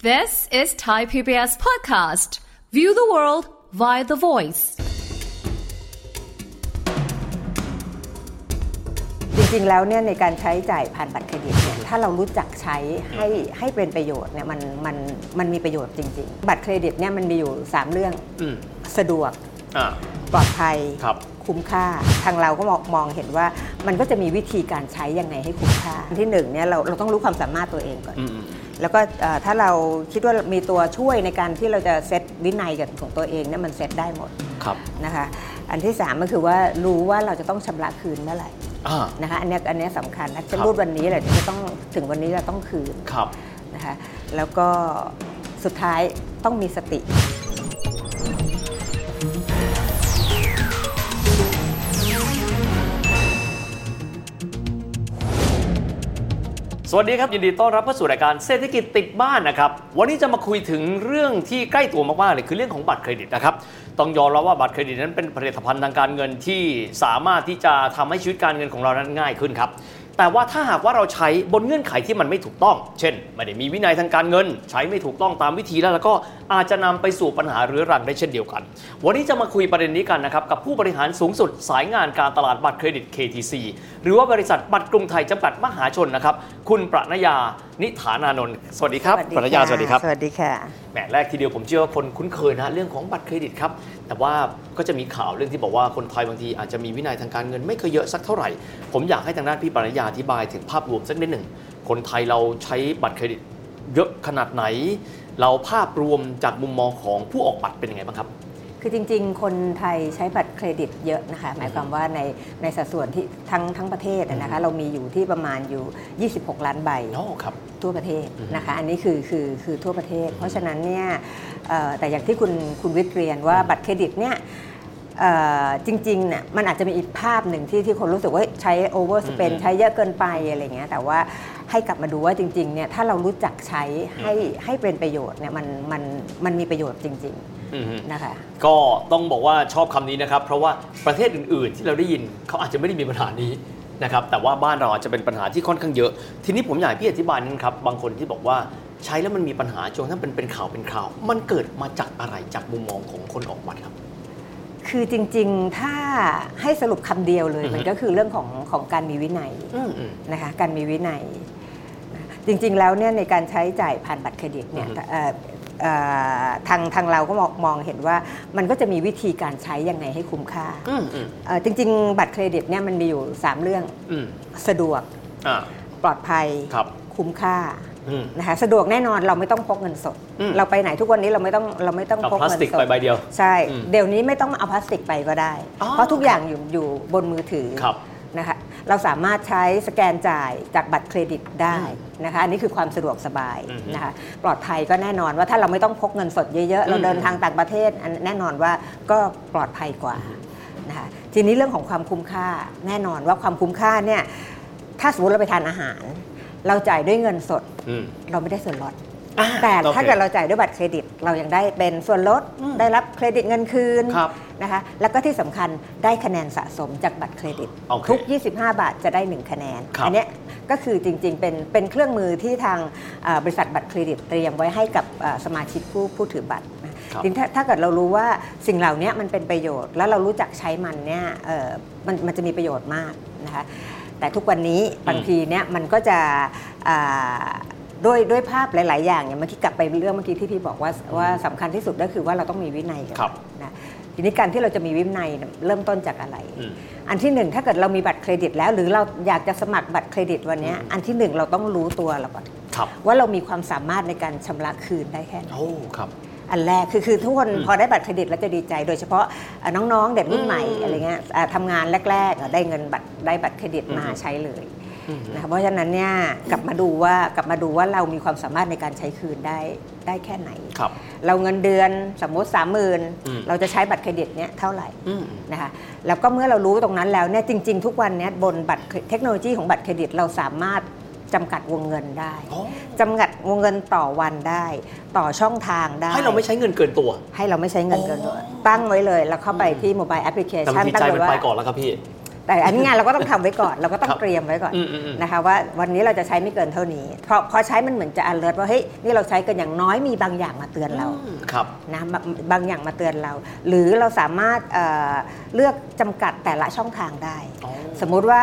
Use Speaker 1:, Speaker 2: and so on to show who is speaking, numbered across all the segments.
Speaker 1: This is Thai PBS podcast. View the world via the voice.
Speaker 2: จริงๆ แล้วเนี่ยในการใช้จ่ายผ่านบัตรเครดิตเนี่ยถ้าเรารู้จักใช้ให้ให้เป็นประโยชน์เนี่ยมันมันมันมีประโยชน์จริง ๆ บัตรเครดิตเนี่ยมันมีอยู่ 3 เรื่อง
Speaker 3: อืม
Speaker 2: สะดวก
Speaker 3: อ่า
Speaker 2: ปลอดภัย
Speaker 3: ครับ
Speaker 2: คุ้มค่า ทางเราก็มองมองเห็นว่ามันก็จะมีวิธีการใช้ยังไงให้คุ้มค่าอันที่หนึ่งเนี่ยเราเราต้องรู้ความสามารถตัวเองก่อน
Speaker 3: อืม
Speaker 2: แล้วก็เอ่อถ้าเราคิดว่ามีตัวช่วยในการที่เราจะเซตวินัยกับของตัวเองเนี่ยมันเซตได้หมด
Speaker 3: ครับ
Speaker 2: นะคะอันที่สามก็คือว่ารู้ว่าเราจะต้องชำระคืนเมื่อไหร่
Speaker 3: อ่า
Speaker 2: นะคะอันเนี้ยอันเนี้ยสำคัญนะจะ
Speaker 3: ครับ
Speaker 2: รูดวันนี้แหละจะต้องถึงวันนี้เราต้องคืน
Speaker 3: ครับ
Speaker 2: นะคะแล้วก็สุดท้ายต้องมีสติ
Speaker 3: สวัสดีครับ ยินดีต้อนรับเข้าสู่รายการเศรษฐกิจติดบ้านนะครับ วันนี้จะมาคุยถึงเรื่องที่ใกล้ตัวมากๆเลยคือเรื่องของบัตรเครดิตนะครับ ต้องยอมรับว่าบัตรเครดิตนั้นเป็นผลิตภัณฑ์ทางการเงินที่สามารถที่จะทำให้ชีวิตการเงินของเรานั้นง่ายขึ้นครับ แต่ว่าถ้าหากว่าเราใช้บนเงื่อนไขที่มันไม่ถูกต้อง เช่น ไม่ได้มีวินัยทางการเงิน ใช้ไม่ถูกต้องตามวิธีแล้วแล้วก็อาจจะนำไปสู่ปัญหาเรื้อรังได้เช่นเดียวกัน วันนี้จะมาคุยประเด็นนี้กันนะครับกับผู้บริหารสูงสุดสายงานการตลาดบัตรเครดิต KTC หรือว่าบริษัทบัตรกรุงไทยจำกัดมหาชนนะครับ คุณประณยานิฐานานนท์สวัสดีครับประณยา
Speaker 2: ค่ะ
Speaker 3: สวัสดีครับ
Speaker 2: สวัสดีค่ะ
Speaker 3: แหมแรกทีเดียวผมเชื่อว่าคนคุ้นเคยนะเรื่องของบัตรเครดิตครับ แต่ว่าก็จะมีข่าวเรื่องที่บอกว่าคนไทยบางทีอาจจะมีวินัยทางการเงินไม่เคอยเยอะสักเท่าไหร่ ผมอยากให้ทางด้านพี่ปรัญญาอธิบายถึงภาพรวมสักนิดหนึ่ง คนไทยเราใช้บัตรเครดิตเยอะขนาดไหน เราภาพรวมจากมุมมองของผู้ออกบัตรเป็นยังไงบ้างครับ
Speaker 2: คือจริงๆ คนไทยใช้บัตรเครดิตเยอะนะคะ หมายความว่าในในสัดส่วนที่ทั้งทั้งประเทศอะนะคะเรามีอยู่ที่ประมาณอยู่ 26 ล้านใบ
Speaker 3: น้อครับ
Speaker 2: ทั่วประเทศนะคะอันนี้คือคือคือทั่วประเทศ เพราะฉะนั้นเนี่ยเอ่อแต่อย่างที่คุณคุณวิทย์เรียนว่าบัตรเครดิตเนี่ยเอ่อจริงๆเนี่ยมันอาจจะมีอีกภาพหนึ่งที่ที่คนรู้สึกว่าใช้โอเวอร์สเปน
Speaker 3: อืม
Speaker 2: ใช้เยอะเกินไปอะไรเงี้ยแต่ว่าให้กลับมาดูว่าจริงๆเนี่ยถ้าเรารู้จักใช้ให้ให้เป็นประโยชน์เนี่ยมันมันมันมีประโยชน์จริงๆนะคะ
Speaker 3: ก็ต้องบอกว่าชอบคำนี้นะครับ เพราะว่าประเทศอื่นๆ ที่เราได้ยินเขาอาจจะไม่ได้มีปัญหานี้นะครับแต่ว่าบ้านเราอาจจะเป็นปัญหาที่ค่อนข้างเยอะ ทีนี้ผมอยากให้พี่อธิบายนั้นครับบางคนที่บอกว่าใช้แล้วมันมีปัญหาจนถ้าเป็นเป็นข่าวเป็นข่าว มันเกิดมาจากอะไรจากมุมมองของคนออกบัตรครับ
Speaker 2: คือจริงๆถ้าให้สรุปคำเดียวเลย
Speaker 3: อือฮึ
Speaker 2: มันก็คือเรื่องของของการมีวินัย
Speaker 3: อืมอืม
Speaker 2: นะคะการมีวินัยนะจริงๆ แล้วเนี่ยในการใช้จ่ายผ่านบัตรเครดิตเนี่ย
Speaker 3: อือฮึ
Speaker 2: เอ่อเอ่อทางทางเราก็มองมองเห็นว่ามันก็จะมีวิธีการใช้ยังไงให้คุ้มค่า
Speaker 3: อืมอืม
Speaker 2: เอ่อจริง ๆ บัตรเครดิตเนี่ยมันมีอยู่ 3 เรื่อง
Speaker 3: อืม
Speaker 2: สะดวก
Speaker 3: อ่า
Speaker 2: ปลอดภัย
Speaker 3: ครับ
Speaker 2: คุ้มค่า
Speaker 3: อืม
Speaker 2: นะคะสะดวกแน่นอนเราไม่ต้องพกเงินสด
Speaker 3: อืม
Speaker 2: เราไปไหนทุกวันนี้เราไม่ต้องเราไม่ต้อง
Speaker 3: เอา
Speaker 2: พก
Speaker 3: พลาส
Speaker 2: เงิน
Speaker 3: ติก
Speaker 2: ส
Speaker 3: ไป
Speaker 2: ด
Speaker 3: ใบเดียว
Speaker 2: ใช่
Speaker 3: อืม
Speaker 2: เดี๋ยวนี้ไม่ต้องเอาพลาสติกไปก็ได้
Speaker 3: อ๋อ
Speaker 2: เพราะทุกอย่างอยู่อยู่บนมือถือ
Speaker 3: ครับ
Speaker 2: นะคะเราสามารถใช้สแกนจ่ายจากบัตรเครดิตได้นะคะอันนี้คือความสะดวกสบาย
Speaker 3: อือฮึ
Speaker 2: นะคะปลอดภัยก็แน่นอนว่าถ้าเราไม่ต้องพกเงินสดเยอะๆ เรา
Speaker 3: อืม
Speaker 2: เดินทางต่างประเทศอันแน่นอนว่าก็ปลอดภัยกว่านะคะทีนี้เรื่องของความคุ้มค่าแน่นอนว่าความคุ้มค่าเนี่ยถ้าสมมติเราไปทานอาหาร เราจ่ายด้วยเงินสด
Speaker 3: อืม
Speaker 2: เราไม่ได้ส่วนลด
Speaker 3: อ่
Speaker 2: แต่
Speaker 3: โอค
Speaker 2: ถ้าเกิดเราจ่ายด้วยบัตรเครดิต เรายังได้เป็นส่วนลด
Speaker 3: อืม
Speaker 2: ได้รับเครดิตเงินคืน
Speaker 3: ครับ
Speaker 2: นะคะแล้วก็ที่สำคัญได้คะแนนสะสมจากบัตรเครดิต
Speaker 3: โอเค
Speaker 2: ทุก 25 บาทจะได้ 1 คะแนน
Speaker 3: ครับ
Speaker 2: อัเนี้ยก็คือจริงๆ เป็นเป็นเครื่องมือที่ทางเอ่อบริษัทบัตรเครดิตเตรียมไว้ให้กับเอ่อสมาชิกผู้ผู้ถือบัตรนะจริงๆถ้าถ้าเกิดเรารู้ว่าสิ่งเหล่านี้มันเป็นประโยชน์ แล้วเรารู้จักใช้มันเนี่ยเอ่อมันมันจะมีประโยชน์มากนะคะแต่ทุกวันนี้บางทีเนี่ยมันก็จะอ่า ด้วยด้วยภาพหลาย ๆ อย่างเนี่ยเมื่อกี้กลับไปเรื่องเมื่อกี้ที่พี่บอกว่าว่าสำคัญที่สุดก็คือว่าเราต้องมีวินัยกั
Speaker 3: ครับ
Speaker 2: นะทีนี้การที่เราจะมีวินัยเนี่ยเริ่มต้นจากอะไร
Speaker 3: อืม
Speaker 2: อันที่หนึ่งถ้าเกิดเรามีบัตรเครดิตแล้ว หรือเราอยากจะสมัครบัตรเครดิตวันเนี้ย
Speaker 3: อืม
Speaker 2: อันที่หนึ่งเราต้องรู้ตัวเราก่อน
Speaker 3: ครับ
Speaker 2: ว่าเรามีความสามารถในการชำระคืนได้แค่ไหน
Speaker 3: โอ้ครับ
Speaker 2: อันแรกคือคือทุกคน
Speaker 3: อืม
Speaker 2: พอได้บัตรเครดิตแล้วจะดีใจ โดยเฉพาะเอ่อน้อง ๆ เด็กรุ่นใหม่
Speaker 3: อืม
Speaker 2: อะไรเงี้ยอ่าทำงานแรกๆอ่ะได้เงินบัตรได้บัตรเครดิตมา
Speaker 3: อืม
Speaker 2: ใช้เลย
Speaker 3: อืม
Speaker 2: นะคะเพราะฉะนั้นเนี่ยกลับมาดูว่ากลับมาดูว่าเรามีความสามารถในการใช้คืนได้ได้แค่ไหน
Speaker 3: ครับ
Speaker 2: เราเงินเดือนสมมติ
Speaker 3: อืม
Speaker 2: 30,000 เราจะใช้บัตรเครดิตเนี่ยเท่าไหร่
Speaker 3: อืม
Speaker 2: นะคะแล้วก็เมื่อเรารู้ตรงนั้นแล้วเนี่ยจริง ๆ ทุกวันเนี่ยบนบัตรเครเทคโนโลยีของบัตรเครดิตเราสามารถจำกัดวงเงินได้
Speaker 3: อ๋อ
Speaker 2: จำกัดวงเงินต่อวันได้ ต่อช่องทางได้
Speaker 3: ให้เราไม่ใช้เงินเกินตัว
Speaker 2: ให้เราไม่ใช้เงินเกิน
Speaker 3: อ๋อ
Speaker 2: ตั้งไว้เลยแล้วเข้าไปที่โบายแอปพลิเค
Speaker 3: แต่
Speaker 2: ชั
Speaker 3: บาน งที
Speaker 2: ตั้
Speaker 3: ใจ
Speaker 2: งไว้
Speaker 3: มัน
Speaker 2: ว่า
Speaker 3: ไปก่อนแล้วครับพี่
Speaker 2: แต่อันนี้งาน เราก็ต้องทำไว้ก่อน เราก็ต้อ
Speaker 3: ค
Speaker 2: ง
Speaker 3: รับ
Speaker 2: เตรียมไว้ก่อน
Speaker 3: อืมอืมอืม
Speaker 2: นะคะว่าวันนี้เราจะใช้ไม่เกินเท่านี้เพราะพอใช้มันเหมือนจะ alert ว่าเฮ้ยนี่เราใช้เกินอย่างน้อยมีบางอย่างมาเตือนเรา
Speaker 3: ครับ
Speaker 2: นะบางบางอย่างมาเตือนเรา หรือเราสามารถเอ่อเลือกจำกัดแต่ละช่องทางได้
Speaker 3: อ๋อ
Speaker 2: สมมุติว่า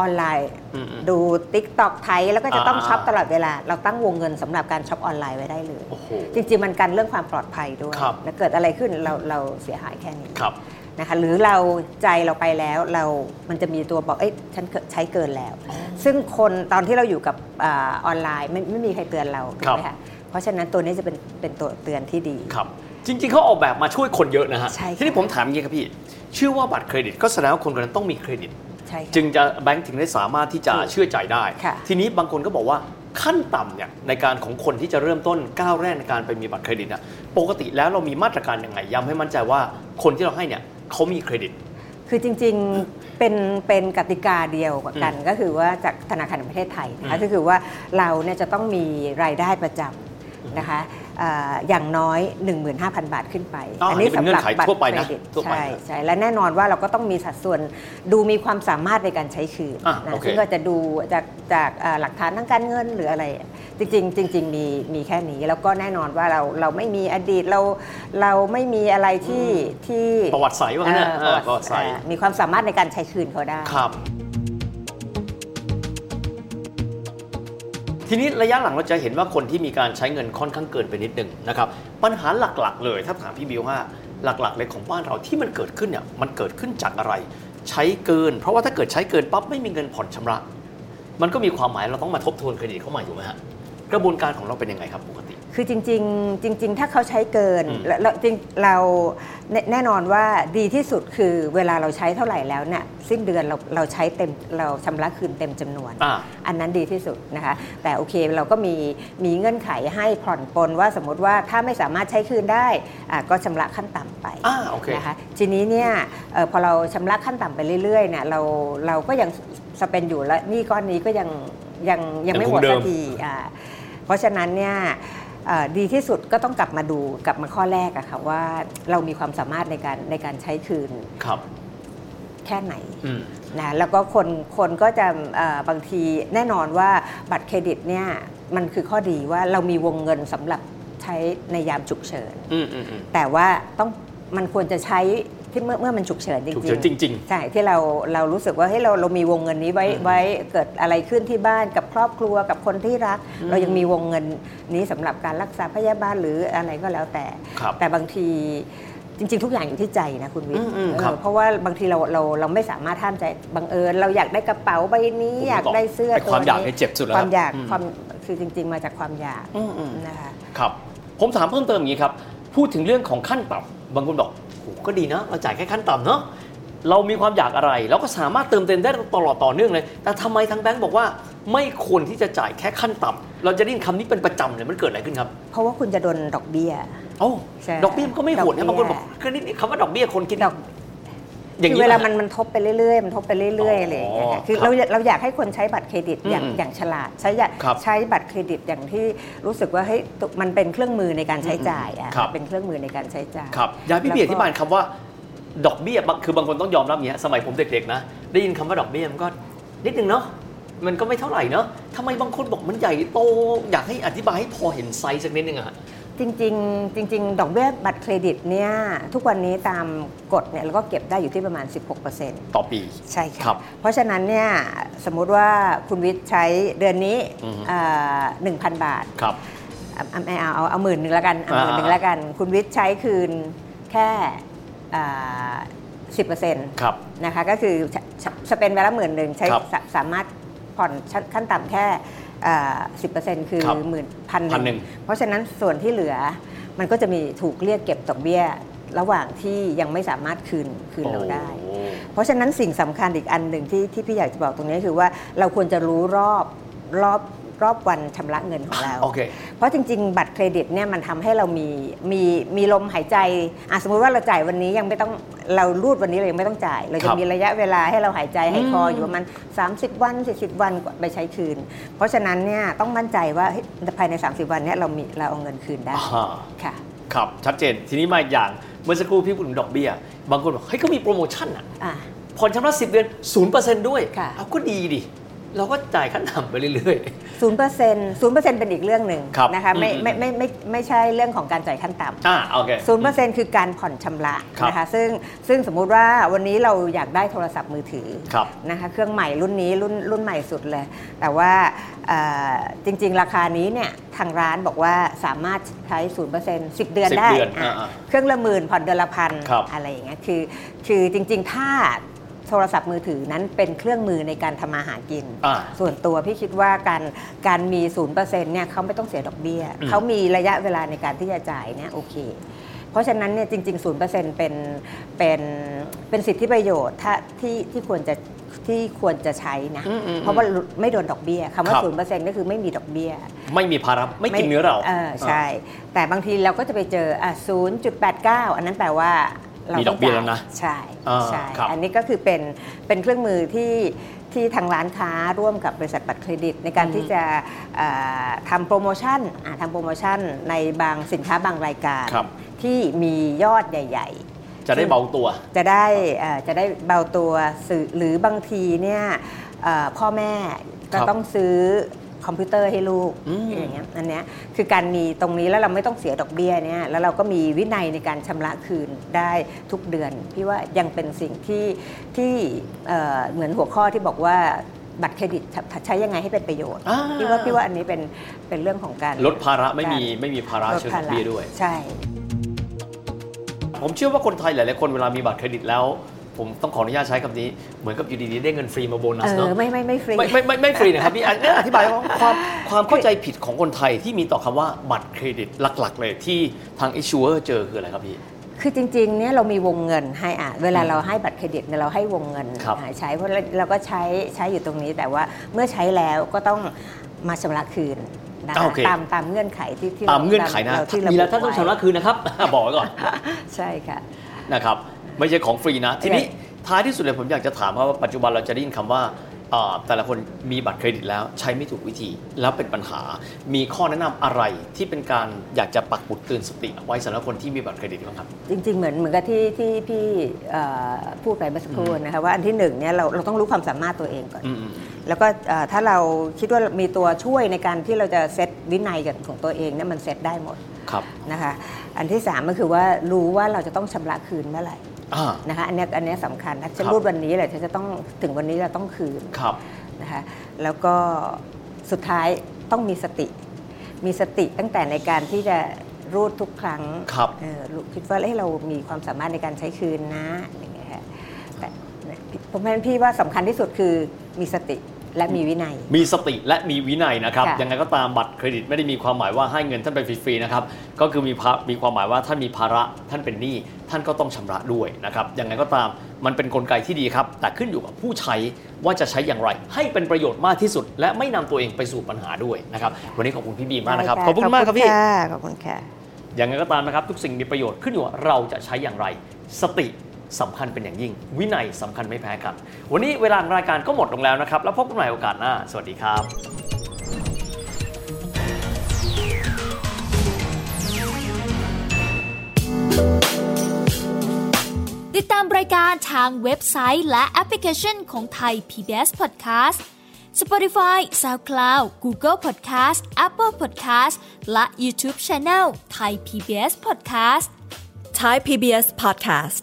Speaker 2: ออนไลน์
Speaker 3: อืมๆ
Speaker 2: ดู Tik t o อกไทยแล้วก็จะต้อง
Speaker 3: อ่า
Speaker 2: ช็อปตลอดเวลา เราตั้งวงเงินสำหรับการช็อปออนไลน์ไว้ได้เลย
Speaker 3: โอ้โห
Speaker 2: จริง ๆ มันกันเรื่องความปลอดภัยด้วย
Speaker 3: ครับ
Speaker 2: นะเกิดอะไรขึ้นเราเราเสียหายแค่นี้
Speaker 3: ครับ
Speaker 2: นะคะหรือเราใจเราไปแล้วเรามันจะมีตัวบอกเอ้ยฉันเกินใช้เกินแล้ว ซึ่งคนตอนที่เราอยู่กับเออออนไลน์ไม่ไม่มีใครเตือนเราถูกไหม
Speaker 3: ครับ
Speaker 2: คะเพราะฉะนั้นตัวนี้จะเป็นเป็นตัวเตือนที่ดี
Speaker 3: ครับ จริง ๆเขาออกแบบมาช่วยคนเยอะนะฮะ
Speaker 2: ใช่ค่ะ
Speaker 3: ทีนี้ผมถามอย่างนี้ครับพี่ ชื่อว่าบัตรเครดิตก็แสดงว่าคนคนนั้นต้องมีเครดิต
Speaker 2: ใช่ค่ะ
Speaker 3: จึงจะแบงก์ถึงได้สามารถที่จะเชื่อใจได้
Speaker 2: ค่ะ
Speaker 3: ทีนี้บางคนก็บอกว่าขั้นต่ำเนี่ยในการของคนที่จะเริ่มต้นก้าวแรกในการไปมีบัตรเครดิตเนี่ยปกติแล้วเรามีมาตรการยังไงย้ำให้มั่นใจว่าคนที่เราให้เนี่ยเขามีเครดิต
Speaker 2: คือจริงๆ เป็นเป็นกติกาเดียวกับกันก็คือว่าจากธนาคารแห่งประเทศไทยนะคะ
Speaker 3: อืม
Speaker 2: ก็คือว่าเราเนี่ยจะต้องมีรายได้ประจำนะคะเอ่ออย่างน้อย 15,000 บาทขึ้นไป
Speaker 3: อ๋ออันนี้เป็นเงื่อนไขทั่วไปนะ
Speaker 2: เครดิต
Speaker 3: ทั่วไป
Speaker 2: ใช่
Speaker 3: นะ
Speaker 2: ใช่และแน่นอนว่าเราก็ต้องมีสัดส่วนดูมีความสามารถในการใช้คืน
Speaker 3: อ่ะ
Speaker 2: นะ
Speaker 3: โอเค
Speaker 2: ซึ่งก็จะดูจากจากเอ่อหลักฐานทางการเงินหรืออะไร จริงๆจริง ๆ มีมีแค่นี้แล้วก็แน่นอนว่าเราเราไม่มีอดีตเราเราไม่มีอะไรที่ที่
Speaker 3: ประวัติใสว่างั้นนะ
Speaker 2: เออ
Speaker 3: เออประวัติใส
Speaker 2: เออมีความสามารถในการใช้คืนเขาได้
Speaker 3: ครับ ทีนี้ระยะหลังเราจะเห็นว่าคนที่มีการใช้เงินค่อนข้างเกินไปนิดหนึ่งนะครับปัญหาหลักๆ เลยถ้าถามพี่บิวว่าหลักๆ เลยของบ้านเราที่มันเกิดขึ้นเนี่ยมันเกิดขึ้นจากอะไร ใช้เกิน เพราะว่าถ้าเกิดใช้เกินปั๊บไม่มีเงินผ่อนชำระ มันก็มีความหมายเราต้องมาทบทวนเครดิตเข้าใหม่ถูกไหมฮะกระบวนการของเราเป็นยังไงครับปกติ
Speaker 2: คือจริง ๆ จริง ๆ ถ้าเขาใช้เกิน
Speaker 3: อืม
Speaker 2: แล้วแล้วจริงเราแนแน่นอนว่าดีที่สุดคือเวลาเราใช้เท่าไหร่แล้วเนี่ยสิ้นเดือนเราเราใช้เต็มเราชำระคืนเต็มจำนวน
Speaker 3: อ่า
Speaker 2: อันนั้นดีที่สุดนะคะ แต่โอเคเราก็มีมีเงื่อนไขให้ผ่อนปลนว่าสมมติว่าถ้าไม่สามารถใช้คืนได้อ่ะก็ชำระขั้นต่ำไป
Speaker 3: อ่าโอเค
Speaker 2: นะคะ ทีนี้เนี่ยเออพอเราชำระขั้นต่ำไปเรื่อยๆเนี่ยเราเราก็ยังสเปนอยู่และหนี่ก้อนนี้ก็ยังยังยังไม่
Speaker 3: ยัง
Speaker 2: ห
Speaker 3: คง
Speaker 2: มด
Speaker 3: เดิ
Speaker 2: สั
Speaker 3: ม
Speaker 2: กทีอ่าเพราะฉะนั้นเนี่ยเอ่อดีที่สุดก็ต้องกลับมาดูกลับมาข้อแรกอะค่ะว่าเรามีความสามารถในการในการใช้คืน
Speaker 3: ครับ
Speaker 2: แค่ไหน
Speaker 3: อืม
Speaker 2: นะแล้วก็คนคนก็จะเอ่อบางทีแน่นอนว่าบัตรเครดิตเนี่ยมันคือข้อดีว่าเรามีวงเงินสำหรับใช้ในยามฉุกเฉิน
Speaker 3: อืมอืมอืม
Speaker 2: แต่ว่าต้องมันควรจะใช้ที่เมื่อเมื่อมันฉุกเฉินจริงๆ
Speaker 3: ฉุกเฉินจริงๆ
Speaker 2: ใช่ที่เราเรารู้สึกว่าเฮ้ยเราเรามีวงเงินนี้ไว้ไว้เกิดอะไรขึ้นที่บ้านกับครอบครัวกับคนที่รัก เรายังมีวงเงินนี้สำหรับการรักษาพยาบาลหรืออะไรก็แล้วแต่
Speaker 3: ครับ
Speaker 2: แต่บางทีจริง ๆ ทุกอย่างอยู่ที่ใจนะคุณวิทย์
Speaker 3: อืมๆ
Speaker 2: เออ
Speaker 3: ครับ
Speaker 2: เพราะว่าบางทีเราเราเราไม่สามารถห้ามใจบังเอิญเราอยากได้กระเป๋าใบนี้
Speaker 3: ผม
Speaker 2: อยากได้เสื้อ
Speaker 3: ไอ้
Speaker 2: ตัวนี้
Speaker 3: ความอยากเนี่ยเจ็บสุดแล้ว
Speaker 2: ความอยาก
Speaker 3: อืม
Speaker 2: ความคือจริง ๆ มาจากความอยากนะคะ
Speaker 3: ครับ ผมถามเพิ่มเติมอย่างนี้ครับ พูดถึงเรื่องของขั้นต่ำบางคนบอกโหก็ดีนะ เราจ่ายแค่ขั้นต่ำเนาะเรามีความอยากอะไร เราก็สามารถเติมเต็มได้ตลอดต่อเนื่องเลย แต่ทำไมทางแบงก์บอกว่า ไม่ควรที่จะจ่ายแค่ขั้นต่ำเราจะได้ยินคำนี้เป็นประจำเลยมันเกิดอะไรขึ้นครับ
Speaker 2: เพราะว่าคุณจะโดนดอกเบี้ย
Speaker 3: โอ้า
Speaker 2: ใช่
Speaker 3: ดอกเบี้ยมันก็ไม่โห
Speaker 2: ดอก
Speaker 3: ด
Speaker 2: เบี้
Speaker 3: นะ
Speaker 2: ย
Speaker 3: บางคนบอกคือนี่คำว่าดอกเบี้ยคนคิด
Speaker 2: ดอก
Speaker 3: อย่าง
Speaker 2: คื
Speaker 3: นี้
Speaker 2: อเวลา
Speaker 3: ป่ะ
Speaker 2: มันมันทบไปเรื่อยๆ มันทบไปเรื่อยๆอะไรอย่างเงี้ย
Speaker 3: อ๋อ
Speaker 2: ค่ะคือ
Speaker 3: ครับ
Speaker 2: เราเราอยากให้คนใช้บัตรเครดิตอย่าง
Speaker 3: อืม
Speaker 2: อย่างฉลาด ใช้อยาก
Speaker 3: ครับ
Speaker 2: ใช้บัตรเครดิตอย่างที่รู้สึกว่าเฮ้ยตุมันเป็นเครื่องมือในการใช้จ่ายอ่ะ
Speaker 3: ครับ
Speaker 2: เป็นเครื่องมือในการใช้จ่าย
Speaker 3: ครับอยากให้พี่เบียร์
Speaker 2: แล้วก็
Speaker 3: อธิบายคำว่า ดอกเบี้ยบางคือบางคนต้องยอมรับอย่างเงี้ยสมัยผมเด็กๆนะได้ยินคำว่าดอกเบี้ยมันก็นิดนึงเนาะมันก็ไม่เท่าไหร่เนาะทำไมบางคนบอกมันใหญ่โต อยากให้อธิบายให้พอเห็นไซส์สักนิดนึงอะฮะ
Speaker 2: จริง ๆ จริง ๆ ดอกเบี้ยบัตรเครดิตเนี่ยทุกวันนี้ตามกฎเนี่ยเราก็เก็บได้อยู่ที่ประมาณ 16%
Speaker 3: ต่อปี
Speaker 2: ใช่
Speaker 3: ครั
Speaker 2: ค่ะ
Speaker 3: บ
Speaker 2: เพราะฉะนั้นเนี่ยสมมุติว่าคุณวิทย์ใช้เดือนนี้
Speaker 3: อือฮึ
Speaker 2: หนึ่งพันบาท
Speaker 3: ครับ
Speaker 2: เอาเอาไม่เอาเอาเอาหมื่นหนึ่งละกันเอาหมื่นหนึ่ง
Speaker 3: อ่า
Speaker 2: ละกัน คุณวิทย์ใช้คืนแค่สิบเปอร์เซ็นต์
Speaker 3: ครับ
Speaker 2: นะคะก็คือใช้สเปนไปแล้วหมื่นหนึ่งใช้
Speaker 3: ครับ
Speaker 2: สาสามารถผ่อนชั้นขั้นต่ำแค่สิบเปอร์เซ็นต์คือ
Speaker 3: ครับ
Speaker 2: หมื่นพันหนึ่ง
Speaker 3: 1,100
Speaker 2: เพราะฉะนั้นส่วนที่เหลือมันก็จะมีถูกเรียกเก็บดอกเบี้ย ระหว่างที่ยังไม่สามารถคืนคืนเราได้
Speaker 3: โอ้
Speaker 2: เพราะฉะนั้นสิ่งสำคัญอีกอันหนึ่งที่ที่พี่อยากจะบอกตรงนี้คือว่าเราควรจะรู้รอบรอบรอบวันชำระเงินของเรา
Speaker 3: โอเค
Speaker 2: เพราะจริง ๆ บัตรเครดิตเนี่ยมันทำให้เรามีมีมีลมหายใจอ่ะสมมุติว่าเราจ่ายวันนี้ยังไม่ต้องเรารูดวันนี้เรายังไม่ต้องจ่าย เรา
Speaker 3: ค
Speaker 2: จะ
Speaker 3: รับ
Speaker 2: มีระยะเวลาให้เราหายใจหายคออ
Speaker 3: ม
Speaker 2: ยู่ประมาณ30 วัน40วันกว่าไปใช้คืน เพราะฉะนั้นเนี่ยต้องมั่นใจว่าเฮ้ยภายใน 30 วันเนี่ยเรามีเราเอาเงินคืนได้
Speaker 3: อ่า
Speaker 2: ค่ะ
Speaker 3: ครับ ชัดเจน ทีนี้มาอีกอย่าง เมื่อสักครู่พี่พูดถึงดอกเบี้ย บางคนบอกเฮ้ยก็มีโปรโมชั่นอะ
Speaker 2: อ่ะ
Speaker 3: ผ่อนชำระ10 เดือน0%ด้วย
Speaker 2: ค่ะ
Speaker 3: เอาก็ดีดิ เราก็จ่ายขั้นต่ำไปเรื่อย
Speaker 2: ศูนย์เปอร์เซ็นต์ศูนย์เปอร์เซ็นต์เป็นอีกเรื่องหนึ่ง
Speaker 3: ครับ
Speaker 2: นะคะไม่
Speaker 3: อืม
Speaker 2: ไม่ไม่ไม่ไม่ใช่เรื่องของการจ่ายขั้นต่ำ
Speaker 3: ๆ อ่าโอเค
Speaker 2: ศูนย์เปอร์เซ็นต์คือการผ่อนชำระ
Speaker 3: ครับ
Speaker 2: นะคะซึ่งซึ่งสมมุติว่าวันนี้เราอยากได้โทรศัพท์มือถือ
Speaker 3: ครับ
Speaker 2: นะคะเครื่องใหม่รุ่นนี้รุ่นรุ่นใหม่สุดเลย แต่ว่าเอ่อจริง ๆ ราคานี้เนี่ยทางร้านบอกว่าสามารถใช้ศูนย์เปอร์เซ็นต์สิบเดือน
Speaker 3: สิบ
Speaker 2: ได้
Speaker 3: เดือน
Speaker 2: อ่ะ
Speaker 3: อ่า
Speaker 2: เครื่องละหมื่นผ่อนเดือนละพัน
Speaker 3: ครับ
Speaker 2: อะไรอย่างเงี้ยคือคือจริง ๆ ถ้าโทรศัพท์มือถือนั้นเป็นเครื่องมือในการทำมาหากิน
Speaker 3: อ่า
Speaker 2: ส่วนตัวพี่คิดว่าการการมีศูนย์เปอร์เซ็นต์เนี่ยเขาไม่ต้องเสียดอกเบี้ย
Speaker 3: อืม
Speaker 2: เขามีระยะเวลาในการที่จะจ่ายเนี่ยโอเค เพราะฉะนั้นเนี่ยจริง ๆ 0%เป็นเป็นเป็นสิทธิประโยชน์ถ้าที่ที่ควรจะที่ควรจะใช้นะ
Speaker 3: อืมอืม
Speaker 2: เพราะว่าไม่โดนดอกเบี้ยคำว่า
Speaker 3: ครับ
Speaker 2: ศูนย์เปอร์เซ็นต์ก็คือไม่มีดอกเบี้ย
Speaker 3: ไม่มีภาระไม่กินเนื้อเรา
Speaker 2: เออใช่
Speaker 3: อ่า
Speaker 2: แต่บางทีเราก็จะไปเจออ่ะ0.89 อันนั้นแปลว่าเรา
Speaker 3: มีดอกเบี้ยแล้วนะ
Speaker 2: ใช่
Speaker 3: อ่า
Speaker 2: ใช่
Speaker 3: ครับ
Speaker 2: อันนี้ก็คือเป็นเป็นเครื่องมือที่ที่ทางร้านค้าร่วมกับบริษัทบัตรเครดิต ในการที่จะเอ่อทำโปรโมชั่นอ่ะทำโปรโมชั่นในบางสินค้าบางรายการ
Speaker 3: ครับ
Speaker 2: ที่มียอดใหญ่
Speaker 3: จะได้เบาตัว
Speaker 2: ๆ จะได้เอ่อจะได้เบาตัวซื้อหรือบางทีเนี่ยเอ่อพ่อแม่ก็
Speaker 3: ครับ
Speaker 2: ต้องซื้อคอมพิวเตอร์ให้ลูก
Speaker 3: อืม
Speaker 2: อย่างเงี้ยอันเนี้ยคือการมีตรงนี้แล้วเราไม่ต้องเสียดอกเบี้ยเนี่ยแล้วเราก็มีวินัยในการชำระคืนได้ทุกเดือน พี่ว่ายังเป็นสิ่งที่ที่เอ่อเหมือนหัวข้อที่บอกว่าบัตรเครดิตใช้ยังไงให้เป็นประโยชน์
Speaker 3: อ่
Speaker 2: พี่ว่าพี่ว่าอันนี้เป็นเป็นเรื่องของการ
Speaker 3: ลดภาระไม่มีไม่มีภาระ
Speaker 2: ลด
Speaker 3: เชิงด
Speaker 2: ภา
Speaker 3: อก
Speaker 2: ระ
Speaker 3: เบี้ยด้วย
Speaker 2: ใช่
Speaker 3: ผมเชื่อว่าคนไทยหลายๆคนเวลามีบัตรเครดิตแล้ว ผมต้องขออนุญาตใช้คำนี้ เหมือนกับอยู่ดีๆได้เงินฟรีมาโบนั
Speaker 2: เอ
Speaker 3: สเนาะ
Speaker 2: อไม่ไม่ไม่ฟรี
Speaker 3: ไม่ไม่ไม่ไม่ฟรีนะครับพี่อันอธิบายว่าความความเข้าใจผิดของคนไทยที่มีต่อคำว่าบัตรเครดิตหลัก ๆ เลยที่ทาง issuer เจอคืออะไรครับพี่
Speaker 2: คือจริงๆ เนี่ยเรามีวงเงินให้อ่ะเวลาเราให้บัตรเครดิตเนี่ยเราให้วงเงิน
Speaker 3: ครับ
Speaker 2: อ่ะใช้เพราะเราเราก็ใช้ใช้อยู่ตรงนี้แต่ว่าเมื่อใช้แล้วก็ต้องมาชำระคืนนะ
Speaker 3: อ่ะ
Speaker 2: คะ
Speaker 3: โอเค
Speaker 2: ตามตามเงื่อนไขที่ที่
Speaker 3: ตามเงื่อนไขนะ
Speaker 2: ราที่
Speaker 3: มีแล้วท่านต้องชำระ
Speaker 2: ไว้
Speaker 3: คืนนะครับ บอกไว้ก่อน
Speaker 2: ใช่ค่ะ
Speaker 3: นะครับไม่ใช่ของฟรีนะ ทีนี้
Speaker 2: ใช่
Speaker 3: ท้ายที่สุดเลยผมอยากจะถามครับว่าปัจจุบันเราจะได้ยินคำว่าอ่าแต่ละคนมีบัตรเครดิตแล้วใช้ไม่ถูกวิธีแล้วเป็นปัญหา มีข้อแนะนำอะไรที่เป็นการอยากจะปักบุดเตือนสติเอาไว้สำหรับคนที่มีบัตรเครดิตบ้างครับ
Speaker 2: จริงๆ เหมือนเหมือนกับที่ที่พี่เอ่อพูดไปเมื่อสักครู่นะคะว่าอันที่หนึ่งเนี่ยเราเราต้องรู้ความสามารถตัวเองก่อน
Speaker 3: อืม
Speaker 2: แล้วก็เอ่อถ้าเราคิดว่ามีตัวช่วยในการที่เราจะเซตวินัยกับของตัวเองเนี่ยมันเซตได้หมด
Speaker 3: ๆครับ
Speaker 2: นะคะอันที่สามก็คือว่ารู้ว่าเราจะต้องชำระคืนเมื่อไหร่
Speaker 3: อ่า
Speaker 2: นะคะอันเนี้ยอันเนี้ยสำคัญนะฉัน
Speaker 3: ครับ
Speaker 2: รูดวันนี้แหละฉันจะต้องถึงวันนี้เราต้องคืน
Speaker 3: ครับ
Speaker 2: นะคะแล้วก็สุดท้ายต้องมีสติ มีสติตั้งแต่ในการที่จะรูดทุกครั้ง
Speaker 3: ครับ
Speaker 2: เออรู้คิดว่าเอ้ยเรามีความสามารถในการใช้คืนนะอย่างเงี้ยค่ะแต่เพราะฉะนั้นพี่ว่าสำคัญที่สุดคือมีสติและมีวินัย
Speaker 3: มีสติและมีวินัยนะครับ
Speaker 2: ค่ะ
Speaker 3: ยังไงก็ตามบัตรเครดิตไม่ได้มีความหมายว่าให้เงินท่านไปฟรีๆนะครับ ก็คือมีภามีความหมายว่าท่านมีภาระท่านเป็นหนี้ท่านก็ต้องชำระด้วยนะครับ ยังไงก็ตามมันเป็นกลไกที่ดีครับ แต่ขึ้นอยู่กับผู้ใช้ว่าจะใช้อย่างไร ให้เป็นประโยชน์มากที่สุด และไม่นำตัวเองไปสู่ปัญหาด้วยนะครับ วันนี้ขอบคุณพี่บีมากนะครับ
Speaker 2: ได้ะ
Speaker 3: ขอบคุณมากครับพี่
Speaker 2: ะขอบคุณค่ะ
Speaker 3: ยังไงก็ตามนะครับ ทุกสิ่งมีประโยชน์ขึ้นอยู่ว่าเราจะใช้อย่างไร สติสำคัญเป็นอย่างยิ่ง วินัยสำคัญไม่แพ้กัน วันนี้เวลาของรายการก็หมดลงแล้วนะครับ แล้วพบกันใหม่โอกาสหน้า สวัสดีครับ
Speaker 4: ติดตามรายการทางเว็บไซต์และแอปพลิเคชันของไทย PBS Podcast Spotify SoundCloud Google Podcast Apple Podcast และ YouTube Channel ไทย PBS Podcast
Speaker 5: Thai PBS Podcast.